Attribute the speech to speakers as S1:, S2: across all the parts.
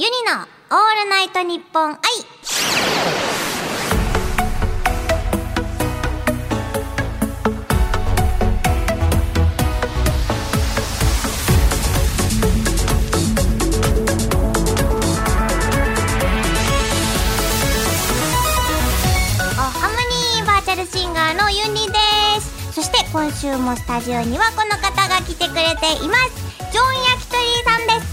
S1: ユニのオールナイトニッポン愛おハムニーバーチャルシンガーのユニですそして今週もスタジオにはこの方が来てくれていますジョン・焼き鳥さんで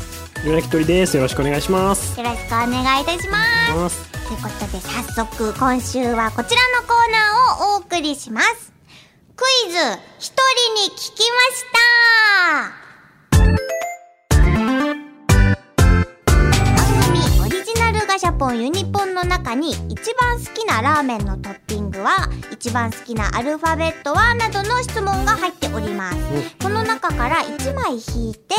S1: す
S2: よなきとりです。よろしくお願いします。
S1: よろしくお願いいたします。
S2: ます
S1: ということで早速今週はこちらのコーナーをお送りします。クイズ一人に聞きました番組オリジナルガシャポンユニポンの中に一番好きなラーメンのトッピングは一番好きなアルファベットはなどの質問が入っております。この中から1枚引いて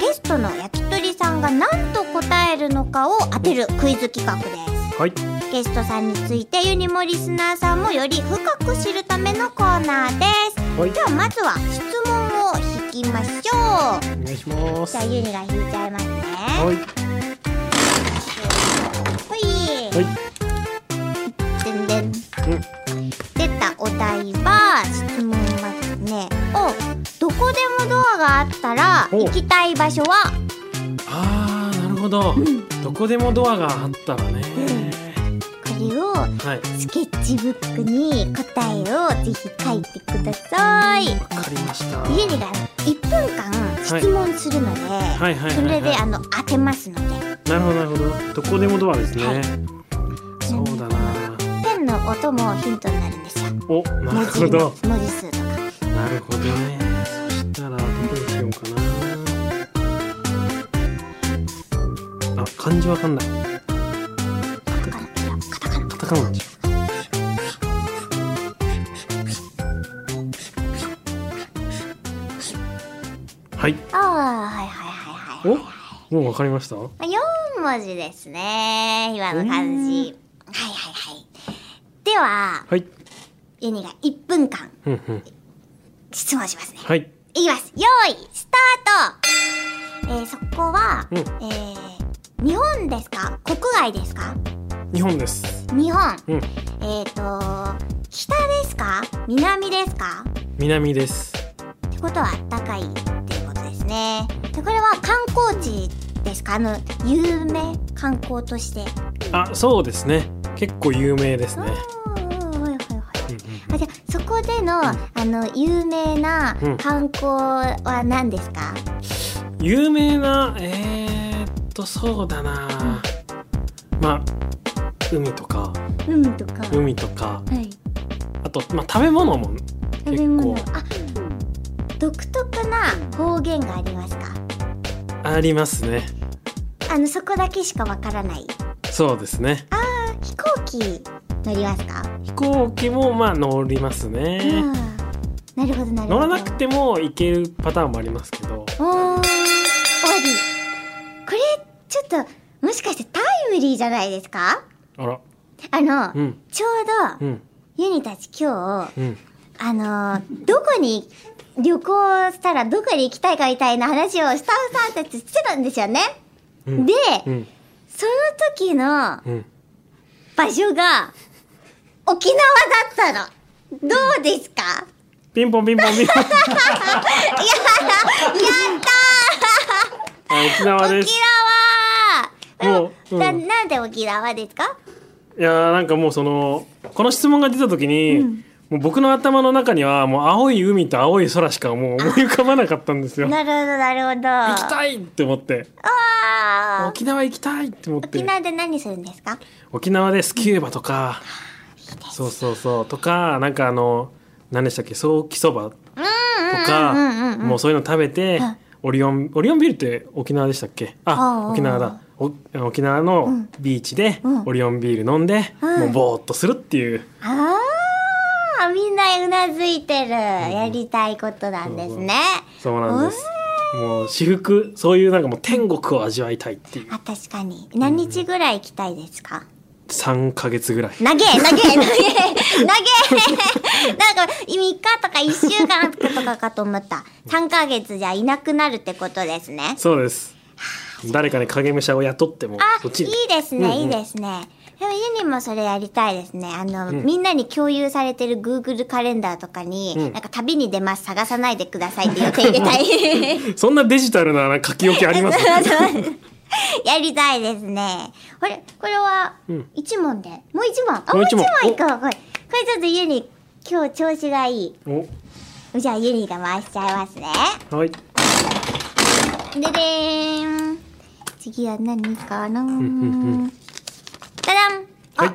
S1: ゲストの焼き鳥さんが何と答えるのかを当てるクイズ企画です
S2: はい。
S1: ゲストさんについてユニモリスナーさんもより深く知るためのコーナーです
S2: はい
S1: で。はまずは質問を引きましょう
S2: お願いしま
S1: じ
S2: す。
S1: ゃあ
S2: は
S1: ユニが引いちゃいますね
S2: い。
S1: ほい
S2: はい。
S1: でんでん
S2: うん。
S1: 出たお題は質問はですねをどこでもドアがあったら
S2: お
S1: 行きたい場所は
S2: ああ、なるほど。どこでもドアがあったらね。
S1: これを
S2: はい。
S1: スケッチブックに答えをぜひ書いてください。
S2: わかりました。
S1: 家にが1分間質問するので、
S2: いはいはい
S1: それで
S2: はい
S1: あの当てますので、
S2: なるほどなるほど。どこでもドアですね。
S1: はい
S2: そうだな。
S1: ペンの音もヒントになるんですよ。
S2: お、な
S1: 文
S2: る
S1: 字
S2: ほ
S1: の
S2: ど。
S1: 文字数とか。
S2: なるほどね。そしたらどこにしようかな。あ、漢字わかんない。
S1: カタカナカタカナ
S2: カタカナにしようはい。
S1: ああはいはいはいはい。
S2: お、もうわかりました。
S1: まあ四文字ですね。今の漢字。はいはいはい。では
S2: はい。
S1: ユニが1分間
S2: うんうん。
S1: 質問しますね。
S2: はい。
S1: いきます。よーい、スタートえー、そこは、
S2: うん
S1: えー、日本ですか国外ですか
S2: 日本です。
S1: 日本。
S2: うん。
S1: えっ、ー、と、北ですか南ですか
S2: 南です。
S1: ってことは暖かいっていうことですね。で、これは観光地ですかあの、有名観光として。
S2: あ、そうですね。結構有名です
S1: うん
S2: ね。
S1: うんうんはいはいはい。
S2: うん
S1: あじゃあそこでのあの有名な
S2: うん
S1: 観光は何ですか、
S2: うん有名な、えー、っと、そうだな。まあ、海とか、
S1: 海とか、
S2: 海とか、
S1: はい
S2: あと、まあ、食べ物も。
S1: 食べ物
S2: 結
S1: あ独特な方言がありますか
S2: ありますね。
S1: あのそこだけしかわからない
S2: そうですね。
S1: 飛行機乗りますか、
S2: 飛行機もまあ乗りますね、
S1: あーなるほどなるほど
S2: 乗らなくても行けるパターンもありますけど
S1: おー終わりこれちょっともしかしてタイムリーじゃないですか
S2: あら
S1: あの、
S2: うん
S1: ちょう
S2: う
S1: ど
S2: ん
S1: ユニたち今日
S2: うん
S1: あのーどこに旅行したらどこに行きたいかみたいな話をスタッフさんたちしてたんですよね、
S2: うん
S1: で、
S2: うん
S1: その時の
S2: うん
S1: 場所が沖縄だったの。どうですか や
S2: ピンポンピンポンピ ンポンあ沖縄で
S1: 沖
S2: す
S1: 縄
S2: もううん
S1: ななんで沖縄ですか
S2: いやーなんかもうそのこの質問が出た時に、もう僕の頭の中にはもう青い海と青い空しかもう思い浮かばなかったんですよ
S1: な
S2: 行
S1: るほど、なるほど。
S2: きたいって思って
S1: あー
S2: 沖縄行きたいって思って
S1: 沖縄で何するんですか
S2: 沖縄でスキューバとか、そうそうそうとかなんかあの何でしたっけソーキそばとか、もうそういうの食べて、オリオンオリオンビールって沖縄でしたっけ
S1: あ
S2: あ
S1: あ
S2: 沖縄だお沖縄のビーチでオリオンビール飲んで、もうぼーっとするっていう、
S1: あーみんなうなずいてる。やりたいことなんですね。
S2: そうなんです、もう至福そういうなんかもう天国を味わいたいっていう
S1: あ、確かに。何日ぐらい行きたいですか、
S2: 3か月ぐらい
S1: 投げ投げ投げ投げ なんか3日とか1週間とかかと思った3ヶ月じゃいなくなるってことですね
S2: そうです誰かに影武者を雇っても
S1: あ、
S2: そっち
S1: い
S2: に
S1: いですね、
S2: うんうん
S1: いいですね。でも、ユニもそれやりたいですね。あの、
S2: うん
S1: みんなに共有されてる Google カレンダーとかに、
S2: うん
S1: なんか旅に出ます、探さないでくださいって予定入れたい。
S2: そんなデジタルな書き置きあ ります
S1: やりたいですね。これ、これは
S2: うん、
S1: 一問で。もう一問。あ、も
S2: もう
S1: う
S2: 一
S1: 一
S2: 問
S1: 問いこう。これ、これちょっとユニ、今日調子がいい。
S2: お
S1: じゃあ、ユニが回しちゃいますね。
S2: はい
S1: ででーん。次は何かな
S2: うんうん
S1: ただんあ、
S2: はい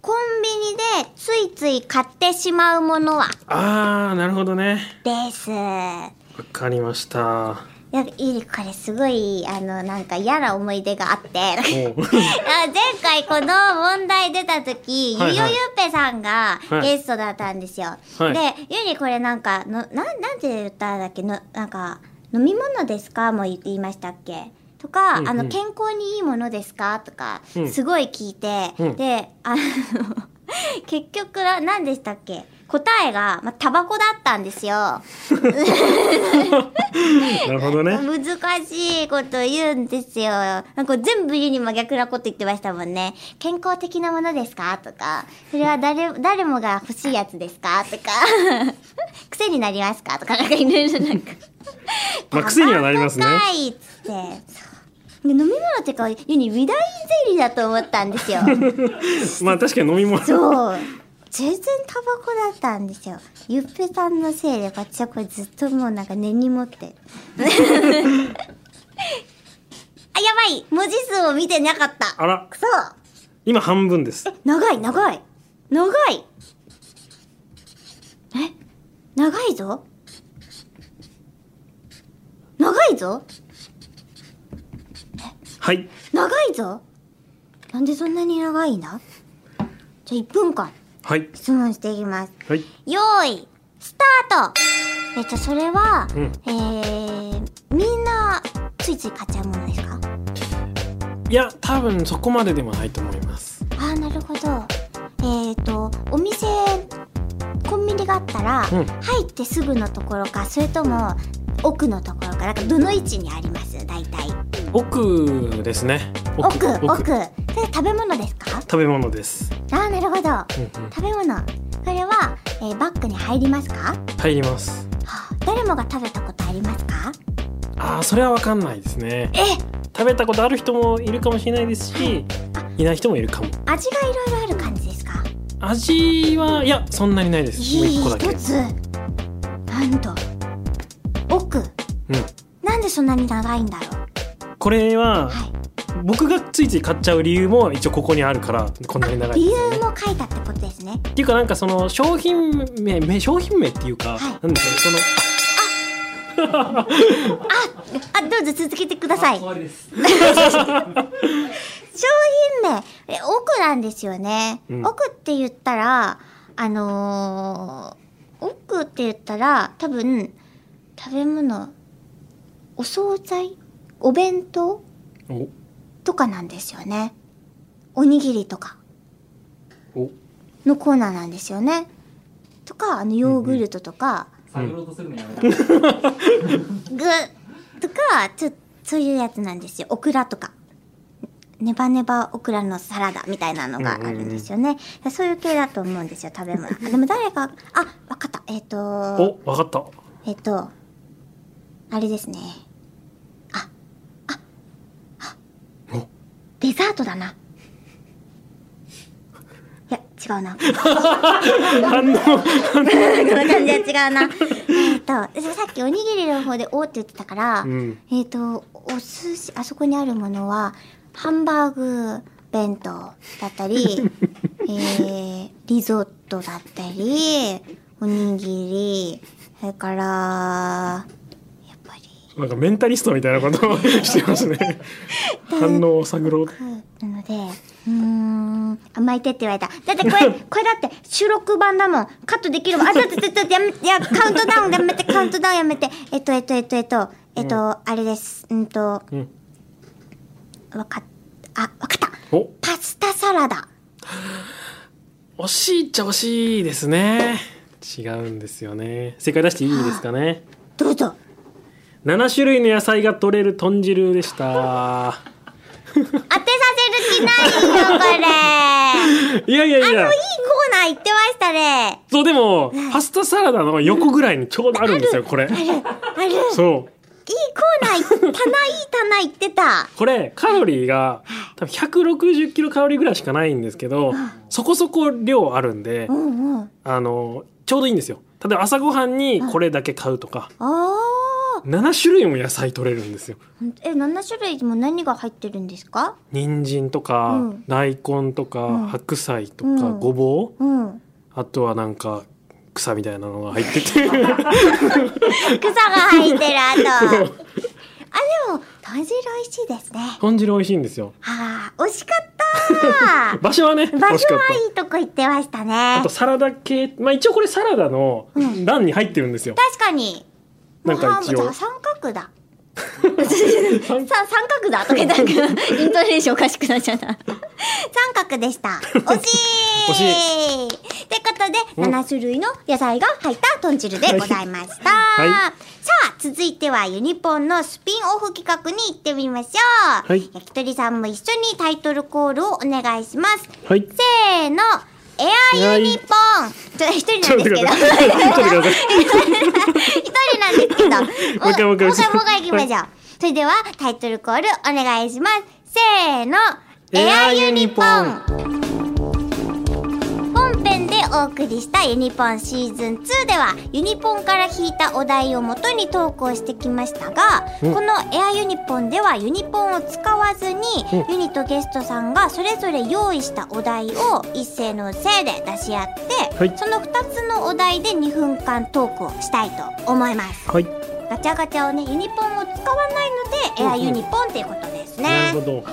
S1: コンビニでついつい買ってしまうものは
S2: あーなるほどね
S1: です。
S2: わかり ました
S1: いや、いい、これすごい、あの、なんか嫌な思い出があって。 あ
S2: おう
S1: 前回この問題出た時、
S2: はいはい
S1: ゆよゆっぺさんが
S2: はい
S1: ゲストだったんですよ。
S2: はい
S1: で、ゆにこれなんか、の、なん、なんて言ったんだっけの、なんか、飲み物ですかも言っていましたっけとか、
S2: うんうん
S1: あの、健康にいいものですかとか
S2: うん、
S1: すごい聞いて、
S2: うん
S1: で、あの、 結局な、何でしたっけ答えが、まあ、タバコだったんですよ。
S2: なるほどね
S1: 難しいこと言うんですよ。なんか全部家に真逆なこと言ってましたもんね。健康的なものですかとか、それは誰、誰もが欲しいやつですかとか、 癖になりますかとか、なんかいろいろなんか。
S2: まあ癖にはなりますね
S1: タバコかいっつって。そうで飲み物っていうか、ユにウィダインゼリーだと思ったんですよ。
S2: まあ確かに飲み物
S1: そう。全然タバコだったんですよ。ゆっぺさんのせいで私はこれずっともうなんか根に持ってる。あ、やばい文字数を見てなかった
S2: あら
S1: くそ
S2: 今半分です
S1: 長い長い長いえ長いぞ長いぞ
S2: はい
S1: 長いぞなんでそんなに長いんだじゃあ1分間
S2: はい
S1: 質問していきます。
S2: はい
S1: よーいスタートえっとそれは、
S2: うん
S1: えー、みんなついつい買っちゃうものですか
S2: いや多分そこまででもないと思います
S1: あーなるほどえっ、ー、とお店コンビニがあったら、
S2: う
S1: 入
S2: ん
S1: ってすぐのところかそれとも奥のところかなんかどの位置にあります大体
S2: 奥ですね
S1: 奥奥奥
S2: 奥
S1: で食べ物ですか
S2: 食べ物です、
S1: あーなるほど
S2: うんうん、
S1: 食べ物これは、えーバッグに入りますか、は
S2: 入ります
S1: あ、誰もが食べたことありますか
S2: ああそれはわかんないですね
S1: え
S2: 食べたことある人もいるかもしれないですしいない人もいるかも
S1: 味がいろいろある感じですか
S2: 味はいやそんなにないですもう
S1: いい
S2: 一個だけ
S1: 一つなんと奥
S2: うん
S1: なんでそんなに長いんだろう
S2: これは
S1: はい
S2: 僕がついつい買っちゃう理由も一応ここにあるからこんなに長い
S1: 理
S2: ですよ
S1: 由
S2: ね
S1: も書いたってことですね
S2: っていうかなんかその商品名名商品名っていうか、
S1: はい
S2: なんでしょうねその
S1: あどうぞ続けてください商
S2: わり です
S1: 品名え奥なんですよね、
S2: うん
S1: 奥って言ったらあのー、奥って言ったら多分食べ物お惣菜お弁当
S2: お
S1: とかなんですよねおにぎりとか
S2: お
S1: のコーナーなんですよね。とかあのヨーグルトとか、
S3: 探ろうとするのやめろ
S1: 具とかちょそういうやつなんですよオクラとかネバネバオクラのサラダみたいなのがあるんですよね、そういう系だと思うんですよ食 べ物でも誰かあわかったえっ、と
S2: おわかった
S1: えっ、とあれですねあああ
S2: お
S1: デザートだないや違うなこの感じは違 うな。えっと、さっきおにぎりの方で「お」って言ってたから、
S2: うん
S1: えっと、お寿司、あそこにあるものは、ハンバーグ弁当だった り、えー、リゾットだったり、おにぎり、それから、やっぱり、
S2: なんかメンタリストみたいなことをしてます ね反応を探ろう
S1: なので、うーん、甘い手って言われた。だってこれ、これだって収録版だもん。カットできるもん。あ、ちょっとちょっとやめて、いや、カウントダウンやめて、カウントダウンやめて。えっと、えっと、えっと、えっと、えっと、あれです。うんと、わ
S2: うん
S1: かっ、あ、わかった。
S2: お
S1: パスタサラダ。
S2: 惜しいっちゃ惜しいですね違うんですよね正解出していいですかね
S1: どうぞ。
S2: 7種類の野菜が取れる豚汁でした。
S1: 当てさせる気ないよ、これ。
S2: いやいやい
S1: あ
S2: や
S1: の、いい。コーナー行ってましたね。
S2: そう、でも、パスタサラダの横ぐらいにちょうどあるんですよ、これ。
S1: ある。いい
S2: そう。
S1: コーナー行ったな、いい棚行ってた。
S2: これカロリーが多分160キロカロリーぐらいしかないんですけどそこそこ量あるんで
S1: うんうん。
S2: あのちょうどいいんですよ例えば朝ごはんにこれだけ買うとか
S1: ああ。
S2: 7種類も野菜取れるんですよ
S1: え、7種類も何が入ってるんですか
S2: 人参とか、
S1: うん
S2: 大根とか、
S1: うん
S2: 白菜と
S1: う
S2: か、
S1: ん
S2: ごぼう
S1: うん。
S2: あとはなんか草みたいなのが入ってて
S1: 草が入ってる、あ と。あ、でも、豚汁美味しいですね。
S2: 豚汁美味しいんですよ
S1: ああ、惜しかっ た
S2: 場所はね
S1: 場
S2: 惜し
S1: 所
S2: かっ
S1: はいいとこ行ってました
S2: た
S1: ね
S2: あと。サラダ系まあ一応これサラダの欄に入ってるんですよ、
S1: 確かに。
S2: なんか
S1: もう半分
S2: 一
S1: じゃ
S2: 応
S1: あ三角だ。さ三角だとか言ったらなんかイントネーションおかしくなっちゃった。三角でした。惜しい。
S2: 惜し
S1: ってこと
S2: う
S1: で
S2: ん
S1: 七種類の野菜が入った豚汁でございました。
S2: はい
S1: さあ続いてはユニポンのスピンオフ企画に行ってみましょう。
S2: はい
S1: 焼き鳥さんも一緒にタイトルコールをお願いします。
S2: はい
S1: せーの。エアユニポンちょ一人
S2: ち
S1: な
S2: ょ
S1: ん
S2: っと
S1: です
S2: 待って
S1: けど
S2: ください。ちょっと待ってください。
S1: 一人なんですけど。
S2: もう一回もう
S1: もう
S2: 一回
S1: 一回もう一回行きましょう。それではタイトルコールお願いします。せーの。エ
S2: エ
S1: ア
S2: ア
S1: ユ
S2: ユ
S1: ニ
S2: ニ
S1: ポ
S2: ポ
S1: ン
S2: ン。
S1: 本編でお送りしたユニポンシーズン2ではユニポンから引いたお題をもとに投稿してきましたが、
S2: うん
S1: このエアユニポンではユニポンを使わずに、
S2: うん
S1: ユニとゲストさんがそれぞれ用意したお題を一斉のせいで出し合って、
S2: はい
S1: その2つのお題で2分間トークをしたいと思います。
S2: はい。
S1: ガチャガチャをねユニポンを使わないので、
S2: うん
S1: エ
S2: うん
S1: アユニポンっていうことです
S2: な
S1: ね
S2: るほど。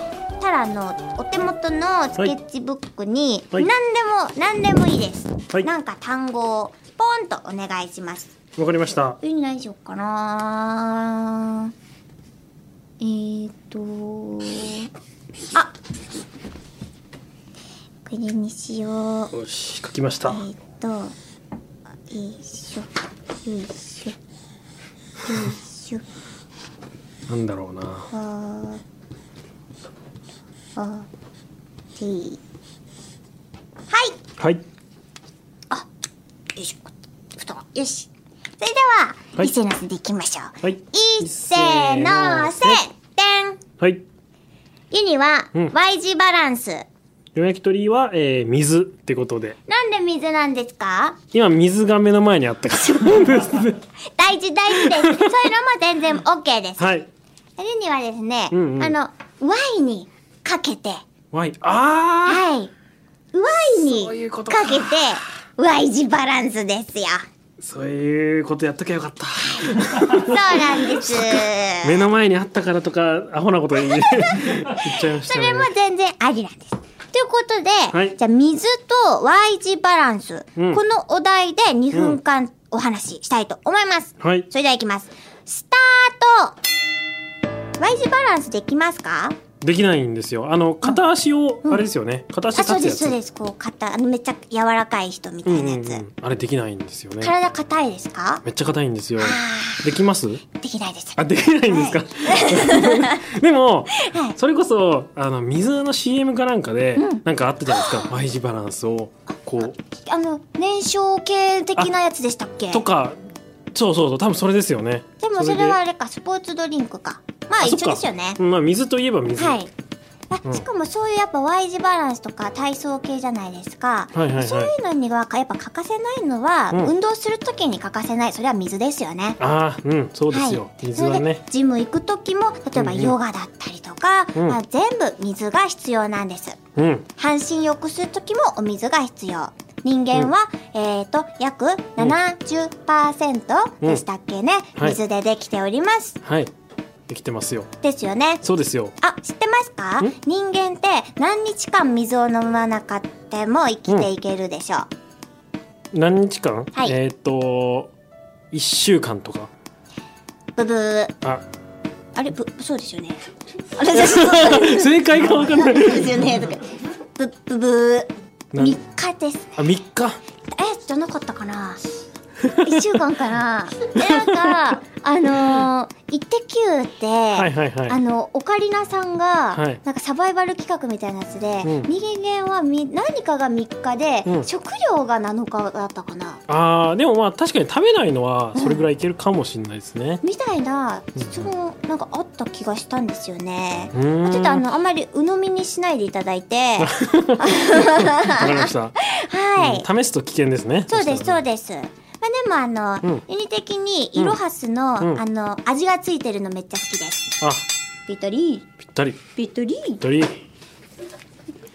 S1: タラのお手元のスケッチブックに、
S2: はい
S1: 何でも何でもいいです、
S2: はい
S1: なんか単語をポンとお願いします
S2: わかりました。
S1: ユニ何しようかなえーとあこれにしよう
S2: よし、書きました
S1: え。ーっと、よいしょ、よいしょ、よいしょ、
S2: なんだろうな。
S1: あー、あー、てー。はい
S2: はい。
S1: よいしょ、ふと、よし。それでは、
S2: はい
S1: 一斉のせでいきましょう。
S2: はい。
S1: 一斉のせ、てん
S2: はい。
S1: ユニは、
S2: うん
S1: Y 字バランス。
S2: よやき鳥は、えー、水ってことで。
S1: なんで水なんですか
S2: 今、水が目の前にあったからで すね。
S1: 大事大事です。そういうのも全然 OK です。
S2: はい。
S1: ユニはですね、
S2: うんうん
S1: あの、Y にかけて、
S2: ワイン。あ
S1: はい。Y
S2: そうい
S1: に
S2: うこ
S1: か
S2: とか
S1: けて Y 字バランスですよ。
S2: ーそういうことやっときゃよか った。
S1: そうなんです。
S2: 目の前にあったからとか、アホなこと言い言っちゃいまし
S1: そ
S2: た
S1: れ
S2: ね
S1: も。全然ありなんです。ということで、
S2: い
S1: じゃあ水と Y 字バランス、
S2: うん
S1: このお題で2分間お話ししたいと思います。
S2: はい。
S1: それではいきます。スタート !Y 字バランスできますか
S2: できないんですよ。あの、片足を、あれですよね。片足
S1: あ、そうで
S2: 立つや
S1: す、
S2: つ。
S1: そうです。こう、肩、あの、めっちゃ柔らかい人みた
S2: う
S1: い
S2: ん
S1: な
S2: う
S1: や
S2: ん
S1: つ。
S2: うん。あれできないんですよね。
S1: 体硬いですか
S2: めっちゃ硬いんですよ。
S1: あ
S2: できます
S1: ー、できないです。
S2: あできないんですか、 でも、それこそあの水の CM かなんかで、なんかあったじゃないですか Y 字バランスをこう
S1: あの燃焼系的なやつでしたっけ
S2: とかそうそうそう多分それですよね
S1: でもそれはあれかスポーツドリンクかまあ
S2: そっ
S1: 一緒
S2: か
S1: ですよね
S2: うんまあ水といえば水、
S1: はいあ、
S2: うん
S1: しかもそういうやっぱ Y 字バランスとか体操系じゃないですか、
S2: はいはいはい
S1: そういうのにはやっぱ欠かせないのは、
S2: うん
S1: 運動する時に欠かせないそれは水ですよね
S2: ああうんそうですよ、
S1: はい、
S2: 水は
S1: それで
S2: ね
S1: ジム行く時も例えば
S2: うんうん
S1: ヨガだったりとか、
S2: うん
S1: まあ、全部水が必要なんです
S2: うん
S1: 半身浴する時もお水が必要人間は、えっ、と約70%でしたっけね、
S2: うんはい
S1: 水でできております、
S2: はいできてますよ
S1: ですよね
S2: そうですよ
S1: あ知ってますか
S2: ん
S1: 人間って何日間水を飲まなかっても生きていけるでしょう、
S2: 何日間、
S1: はい
S2: えっ、と1週間とか
S1: ブブー
S2: あ
S1: あれぶそうですよねあれですよね
S2: 正解が分かんない
S1: ですよねとかブブブー
S2: な
S1: 3日です
S2: あ3日
S1: えじゃなかったかな1週間か なでなんかあのー「イッテ Q!」って、
S2: はいはいはい
S1: あのオカリナさんが、
S2: はい
S1: なんかサバイバル企画みたいなやつで、
S2: うん
S1: 人間はみ何かが3日で、
S2: うん
S1: 食料が7日だったかな
S2: あーでもまあ確かに食べないのはそれぐらいいけるかもしれないですね。
S1: みたいな
S2: うん
S1: 質問なんかあった気がしたんですよね
S2: う。ーん
S1: ちょっとあのあんまり鵜呑みにしないでいただいて
S2: わかりました、
S1: はい、
S2: うん試すと危険ですね。
S1: そうです、
S2: した
S1: そ
S2: ら
S1: う
S2: ね
S1: です。まあでもあの、
S2: うん
S1: ユニ的にイロハスの、
S2: うん
S1: あの味がついてるのめっちゃ好きです。
S2: あ
S1: ピトリ
S2: ぴったりぴ
S1: ピトリ
S2: ったり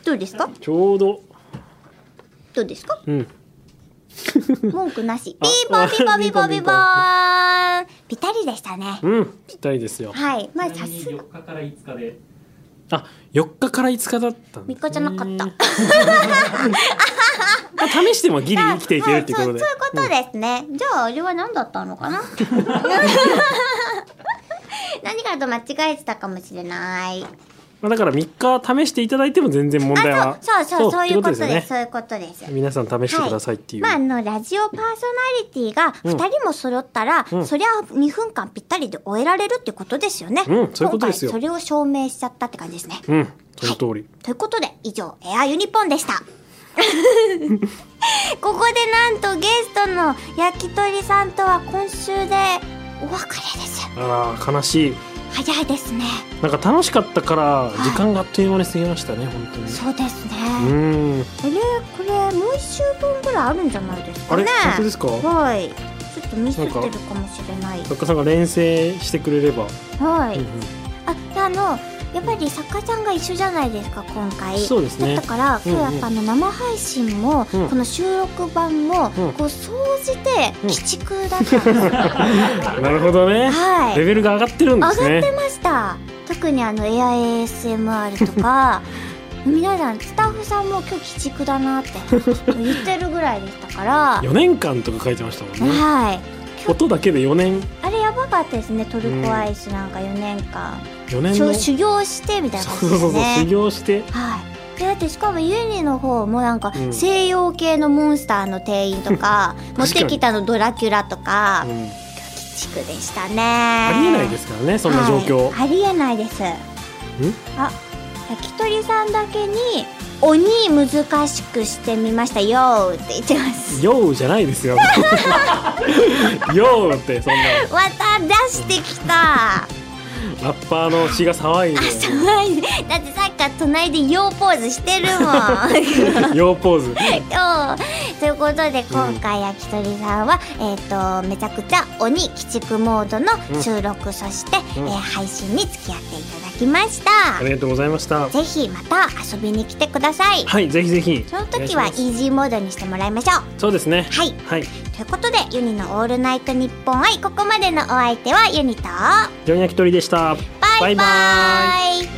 S1: どうですか？
S2: ちょうど
S1: どうですか？
S2: うん
S1: 文句なし。
S2: あ
S1: ピーポーピーポーピーポーピーポー。ぴったりでしたね。
S2: うんぴったりですよ。
S1: はい。まあ
S3: ち
S1: さ
S3: なみに
S1: すが
S3: 4日から5日で
S2: あ4日から5日だったんで
S1: 三
S2: すね
S1: 日じゃなかった。
S2: まあ試してもギリ生きていけるっていうことで。
S1: そうそういうことですね、じゃああれは何だったのかな 何かと間違えてたかもしれない
S2: まあ、だから3日試していただいても全然問題は
S1: あそうそうそうそういうことです
S2: って
S1: そういうことです
S2: 皆さん試してくださいっていう、
S1: まああのラジオパーソナリティが
S2: うん
S1: 2人も揃ったら、
S2: うん
S1: そりゃ2分間ぴったりで終えられるってことですよね、
S2: うんそういうことですよ
S1: 今回それを証明しちゃったって感じですね
S2: うんその通り、
S1: ということで以上エアユニポンで したここでなんとゲストの焼き鳥さんとは今週でお別れです
S2: あら悲しい
S1: 早いですね
S2: なんか楽しかったから
S1: い
S2: 時間があっという間に過ぎましたね本当に
S1: そうですね、
S2: うん
S1: これこれもう一週分ぐらいあるんじゃないです
S2: あ
S1: か
S2: れ、
S1: ね
S2: 本当ですか
S1: はいちょっとミスってるかもしれない
S2: 作家さんが連成してくれれば、
S1: はい、
S2: うん
S1: あであのやっぱり作家さんが一緒じゃないですか今回
S2: そうですね
S1: だったから
S2: うんうん
S1: 今日やっぱあの生配信も、
S2: うん
S1: この収録版も、
S2: うん
S1: こう総じて
S2: うん
S1: 鬼畜だったん ですよ、
S2: うんなるほどね、
S1: はい
S2: レベルが上がってるん
S1: 上
S2: で
S1: がっ
S2: すね
S1: てました特にあの AIASMR と か皆さんスタッフさんも今日鬼畜だなって言ってるぐらいでしたから
S2: 4年間とか書いてましたもんね、
S1: はい
S2: 音だけで4年
S1: あれやばかったですねトルコアイスなんか4年間、
S2: 4年
S1: しょ
S2: の
S1: 修行してみたいな感
S2: そ
S1: じで
S2: うそうそ
S1: す
S2: う修
S1: ね
S2: 行して
S1: はいでだってしかもユニの方もなんか
S2: うん
S1: 西洋系のモンスターの店員 とか持ってきたのドラキュラとか
S2: う、ん
S1: 鬼畜でしたね
S2: ありえないですからねそんな状
S1: は
S2: 況、
S1: いありえないですあ焼き鳥さんだけに「鬼難しくしてみましたよ」って言ってます
S2: ようじゃないですよ。 ようってそんな
S1: また出してきた
S2: ラッパーの血が騒いで
S1: 隣で だってさっきから隣で「よう」ポーズしてるも んよ
S2: ようポーズ。
S1: う ということで今回焼き鳥さんは、えっ、とめちゃくちゃ鬼鬼畜モードの収録、そして、
S2: うん
S1: えー配信に付き合っていただきました、
S2: ありがとうございました。
S1: ぜひまた遊びに来てください
S2: はいぜひぜひ。
S1: その時は
S2: お
S1: イ
S2: 願いしま
S1: ージーモードにしてもらいましょう
S2: すそうですね。
S1: はい
S2: はい。
S1: ということでユニの「オールナイトニッポン愛」ここまでのお相手はユニとバ
S2: ジョン焼き鳥でした。
S1: イバ
S2: バイバ
S1: イ